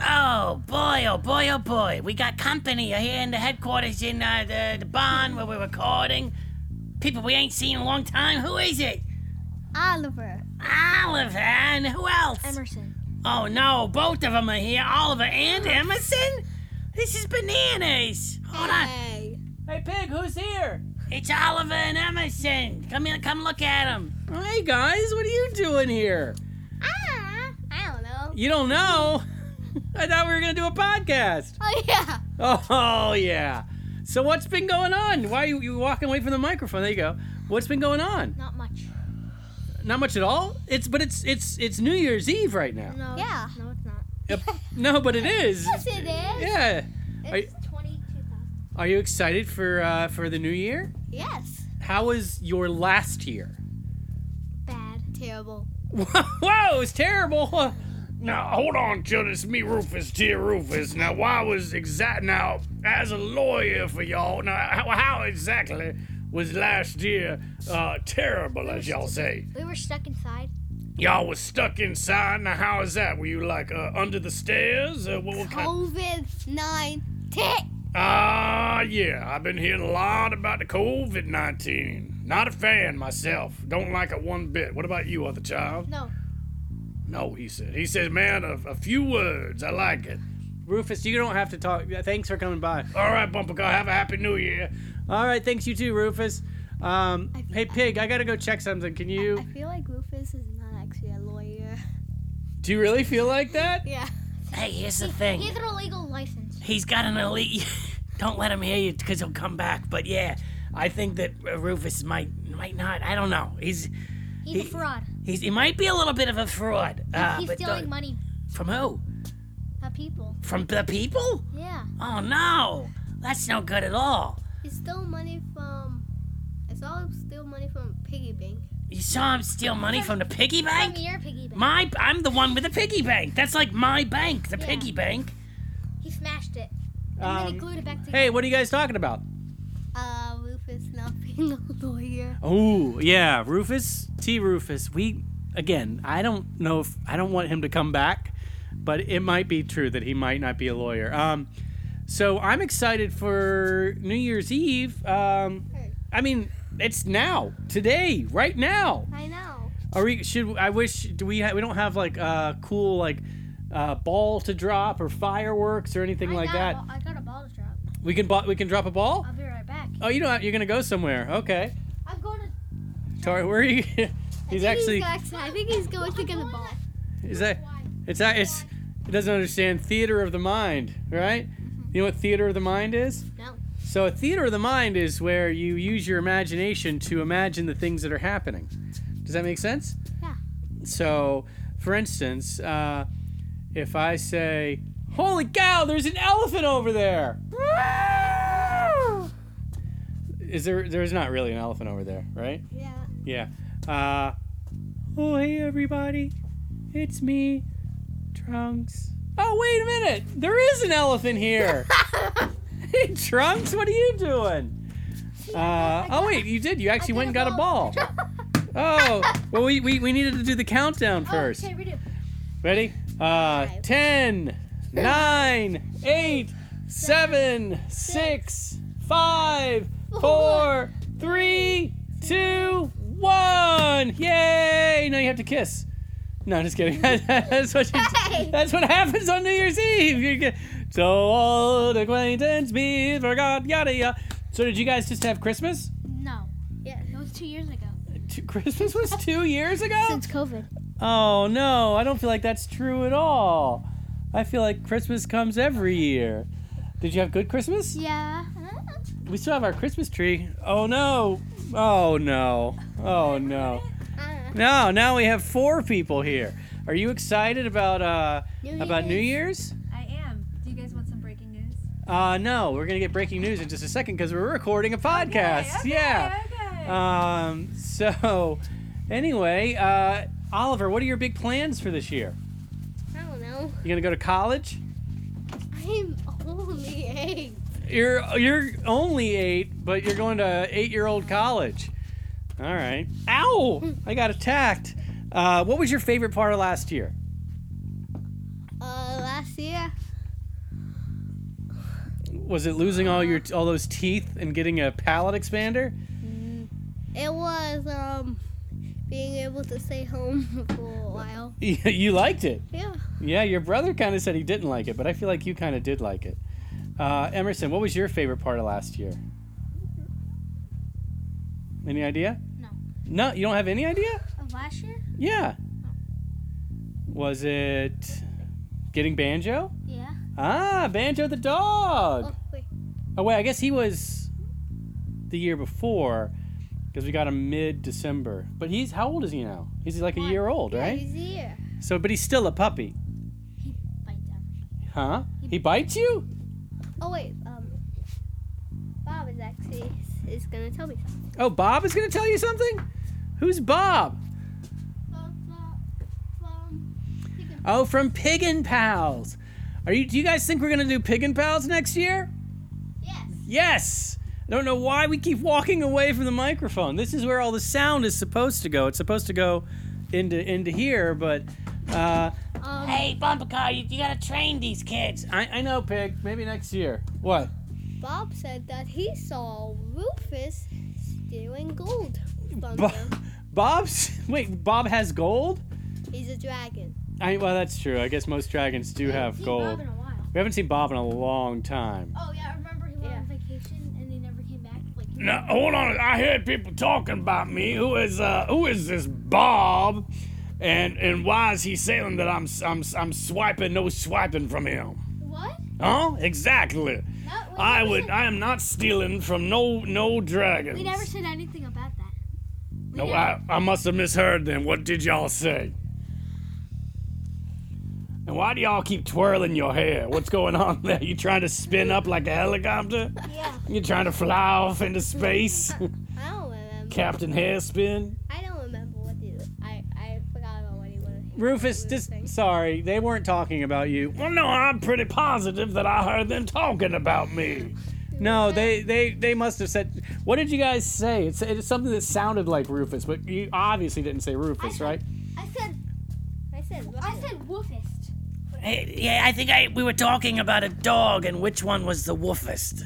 Oh boy, oh boy, oh boy. We got company here in the headquarters in uh, the, the barn where we're recording. People we ain't seen in a long time. Who is it? Oliver, Oliver and who else? Emerson. Oh no, both of them are here. Oliver and Emerson? This is bananas. Hold on. Hey. Hey, Pig, who's here? It's Oliver and Emerson. Come here, come look at them. Hey, guys, what are you doing here? Ah, I don't know. You don't know. I thought we were going to do a podcast. Oh yeah. Oh, yeah. So, what's been going on? Why are you, you walking away from the microphone? There you go. What's been going on? Not much. Not much at all. It's but it's it's it's New Year's Eve right now. No. Yeah. No, it's not. Uh, no, but it is. Yes, it is. Yeah. Are you, twenty-two thousand. are you excited for uh, for the new year? Yes. How was your last year? Bad. Terrible. Whoa, it's terrible. Now hold on, Judas. Me, Rufus, dear Rufus. Now, why was exact? Now, as a lawyer for y'all, now how, how exactly was last year uh, terrible, as y'all say? We were stuck inside. Y'all was stuck inside. Now, how is that? Were you like uh, under the stairs? Uh, what, what kind? COVID nineteen. Ah, yeah. I've been hearing a lot about the COVID nineteen. Not a fan myself. Don't like it one bit. What about you, other child? No. No, he said. He says, man, a, a few words. I like it. Rufus, you don't have to talk. Thanks for coming by. All right, Bumper Car. Have a happy New Year. All right, thanks you too, Rufus. Um, I- hey, Pig, I gotta go check something. Can I you? feel like Rufus is not actually a lawyer. Do you really feel like that? Yeah. Hey, here's the thing. He's an illegal license. He's got an elite. don't let him hear you because he'll come back. But yeah, I think that uh, Rufus might might not. I don't know. He's He's He- a fraud. he's he might be a little bit of a fraud. Ah, Uh, He's but stealing uh, money from who? from people. From the people? Yeah. Oh no, that's no good at all. He stole money from. I saw him steal money from piggy bank. You saw him steal money from the piggy From bank. your piggy bank. My, I'm the one with the piggy bank. That's like my bank, the Yeah. piggy bank. He smashed it. And then he Um, glued it back together. hey, what are you guys talking about? Uh, Rufus not being a lawyer. Oh yeah, Rufus T. Rufus. We again. I don't know if I don't want him to come back, but it might be true that he might not be a lawyer. Um, so I'm excited for New Year's Eve. Um, I mean, it's now, today, right now. I know. Are we? Should I wish? Do we? Ha- we don't have like uh, cool like uh, ball to drop or fireworks or anything like that. I got a ball to drop. We can bo- we can drop a ball. I'll be right back. Oh, you know you're gonna go somewhere. Okay, I'm going to. Tori, where are you? he's actually I think he's going to get a ball. is that it's that it's it doesn't understand theater of the mind, right? You know what theater of the mind is? Mm-hmm. No. So a theater of the mind is where you use your imagination to imagine the things that are happening. Does that make sense? Yeah. So, for instance, uh, if I say, "Holy cow, there's an elephant over there!" Is there? There's not really an elephant over there, right? Yeah. Yeah. Uh, oh, hey, everybody. It's me, Trunks. Oh, wait a minute. There is an elephant here. hey, Trunks, what are you doing? Uh, oh, wait, you did. You actually did went a and got a ball. ball. Oh, well, we, we, we needed to do the countdown first. Oh, okay, we do. Ready? Uh, Five. 10, 9, 8, 7, 6, 5, 4, 3, 2, 1. Yay! No, you have to kiss. No, just kidding. that's, what you, Hey! that's what happens on New Year's Eve. You get, so old acquaintance be forgot, yada yada. So, did you guys just have Christmas? No. Yeah, it was two years ago. Two- Christmas was two years ago? Since COVID. Oh no, I don't feel like that's true at all. I feel like Christmas comes every year. Did you have good Christmas? Yeah. We still have our Christmas tree. Oh no. Oh no. Oh no. Uh, No, now we have four people here. Are you excited about uh New about New Year's? I am. Do you guys want some breaking news? Uh no, we're going to get breaking news in just a second cuz we're recording a podcast. Okay, okay, yeah. Okay. Um so anyway, uh Oliver, what are your big plans for this year? I don't know. You going to go to college? I'm only eight. You're you're only eight, but you're going to eight-year-old college. All right. Ow! I got attacked. Uh, what was your favorite part of last year? Uh, last year, was it losing all your all those teeth and getting a palate expander? It was um being able to stay home for a while. you liked it. Yeah. Yeah, your brother kind of said he didn't like it, but I feel like you kind of did like it. Uh, Emerson, what was your favorite part of last year? Any idea? No. No, you don't have any idea? Of last year? Yeah. Was it getting banjo? Yeah. Ah, banjo the dog. Oh wait. Oh wait, I guess he was the year before because we got him mid December. But he's how old is he now? He's like a One. year old, Yeah, right? he's here. So, but he's still a puppy, He bites everything. huh? He bites you? Oh wait. Um. Bob is actually is gonna tell me something. Oh, Bob is gonna tell you something. Who's Bob? Oh, from Piggin Pals. Are you? Do you guys think we're gonna do Piggin Pals next year? Yes. Yes. I don't know why we keep walking away from the microphone. This is where all the sound is supposed to go. It's supposed to go into into here, but uh, Um. Hey, Bumper Car, you, you gotta train these kids. I, I know, Pig. Maybe next year. What? Bob said that he saw Rufus stealing gold from Bo- him. Bob's wait. Bob has gold. He's a dragon. I well, that's true. I guess most dragons do have gold. in a while. We haven't seen Bob in a long time. Oh yeah, I remember he went on vacation and he never came back. Like he Now, hold on. I heard people talking about me. Who is uh who is this Bob? And and why is he saying that I'm I'm I'm swiping no swiping from him? what? Huh? Exactly. No, we I never would Said, I am not stealing from no no dragons. we never said anything about that. We No, never- I, I must have misheard then. What did y'all say? And why do y'all keep twirling your hair? What's going on there? You trying to spin up like a helicopter? Yeah. You trying to fly off into space? I don't remember. Captain Hairspin? I don't remember what he. I I forgot about what he wanted. Rufus, we were just saying. sorry. They weren't talking about you. Well, no, I'm pretty positive that I heard them talking about me. No, they they they must have said. What did you guys say? It's it's something that sounded like Rufus, but you obviously didn't say Rufus, I- right? I said I said. I said woofist. Hey, Eh, yeah, I think I, we were talking about a dog and which one was the woofest.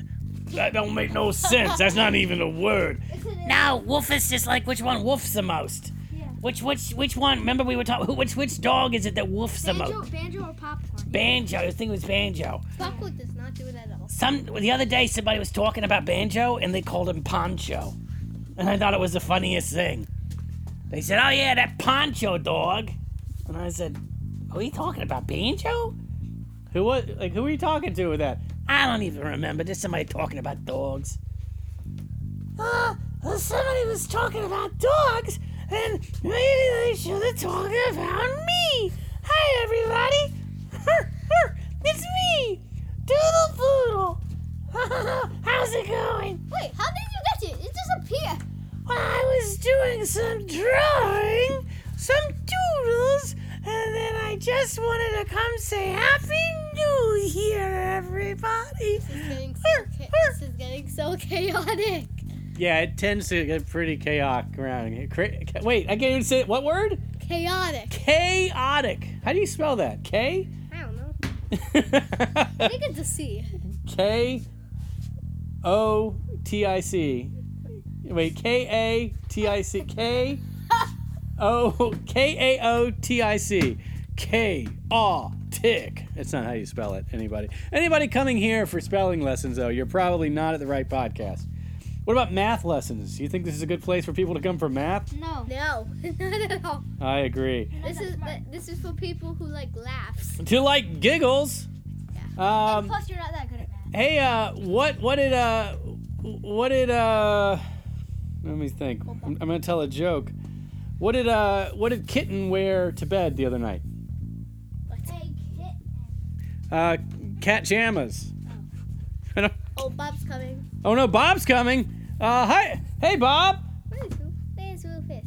That don't make no sense. That's not even a word. Now, woofest is like which one woofs the most. Yeah. Which which which one? Remember we were talking. Which which dog is it that woofs the Banjo, most? banjo or popcorn? Banjo. I think it was banjo. Buckwood does not do it at all. Some the other day somebody was talking about banjo and they called him Poncho, and I thought it was the funniest thing. They said, "Oh yeah, that Poncho dog," and I said, "Are you talking about banjo?" Who was like who were you talking to with that? I don't even remember. There's somebody talking about dogs. Uh, somebody was talking about dogs, and maybe they should have talked about me. Hi, everybody. it's me, Doodle Poodle. How's it going? Wait, how did you get it? It disappeared. Well, I was doing some drawing, some doodles, and then I just wanted to come say Happy New Year, everybody. This is getting so, cha- this is getting so chaotic. Yeah, it tends to get pretty chaotic around here. Cra- ca- Wait, I can't even say it. What word? Chaotic. Chaotic. How do you spell that? K. I don't know. I think it's a C. K. O. T. I. C. Wait, K. A. T. I. C. K. O. K. A. O. T. I. C. K. A. Tick. That's not how you spell it. Anybody? Anybody coming here for spelling lessons though? You're probably not at the right podcast. What about math lessons? You think this is a good place for people to come for math? No. No, not at all. I agree. This is uh, this is for people who like laughs. To like giggles. Um, Plus, you're not that good at math. hey, uh, what what did uh what did uh let me think. I'm, I'm gonna tell a joke. What did uh what did kitten wear to bed the other night? Hey, kid. Uh, cat jamas. I don't- Oh, Bob's coming. Oh no, Bob's coming. Uh, hi, hey Bob. Where's Rufus? Where's Rufus?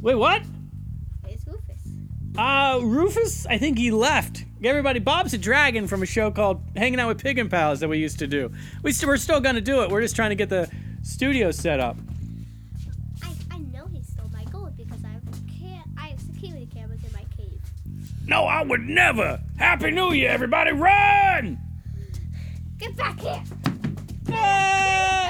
Wait, what? Where's Rufus? Uh, Rufus, I think he left. Everybody, Bob's a dragon from a show called Hanging Out with Pig and Pals that we used to do. We st- we're still gonna do it. We're just trying to get the studio set up. I, I know he stole my gold because I can't. I have security cameras in my cave. No, I would never. Happy New Year, everybody. Run! Get back here! Ah!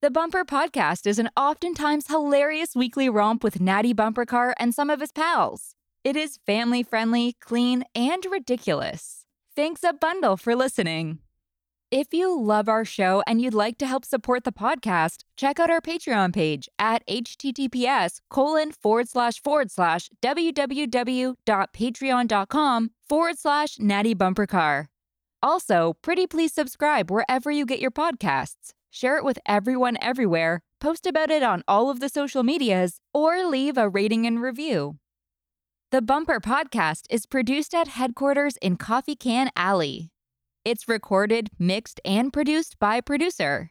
The Bumper Podcast is an oftentimes hilarious weekly romp with Natty Bumper Car and some of his pals. It is family friendly, clean, and ridiculous. Thanks a bundle for listening. If you love our show and you'd like to help support the podcast, check out our Patreon page at https colon forward slash forward slash www.patreon.com forward slash natty bumper car. Also, pretty please subscribe wherever you get your podcasts, share it with everyone everywhere, post about it on all of the social medias, or leave a rating and review. The Bumper Podcast is produced at headquarters in Coffee Can Alley. It's recorded, mixed, and produced by producer.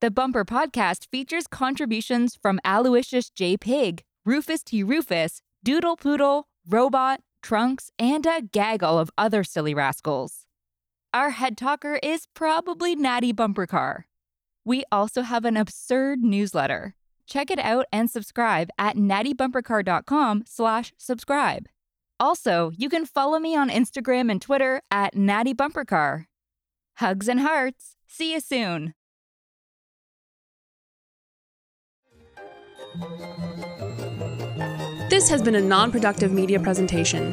The Bumper Podcast features contributions from Aloysius J. Pig, Rufus T. Rufus, Doodle Poodle, Robot, Trunks, and a gaggle of other silly rascals. Our head talker is probably Natty Bumper Car. We also have an absurd newsletter. Check it out and subscribe at nattybumpercar.com slash subscribe. Also, you can follow me on Instagram and Twitter at Natty Bumper Car. Hugs and hearts. See you soon. This has been a non productive media presentation.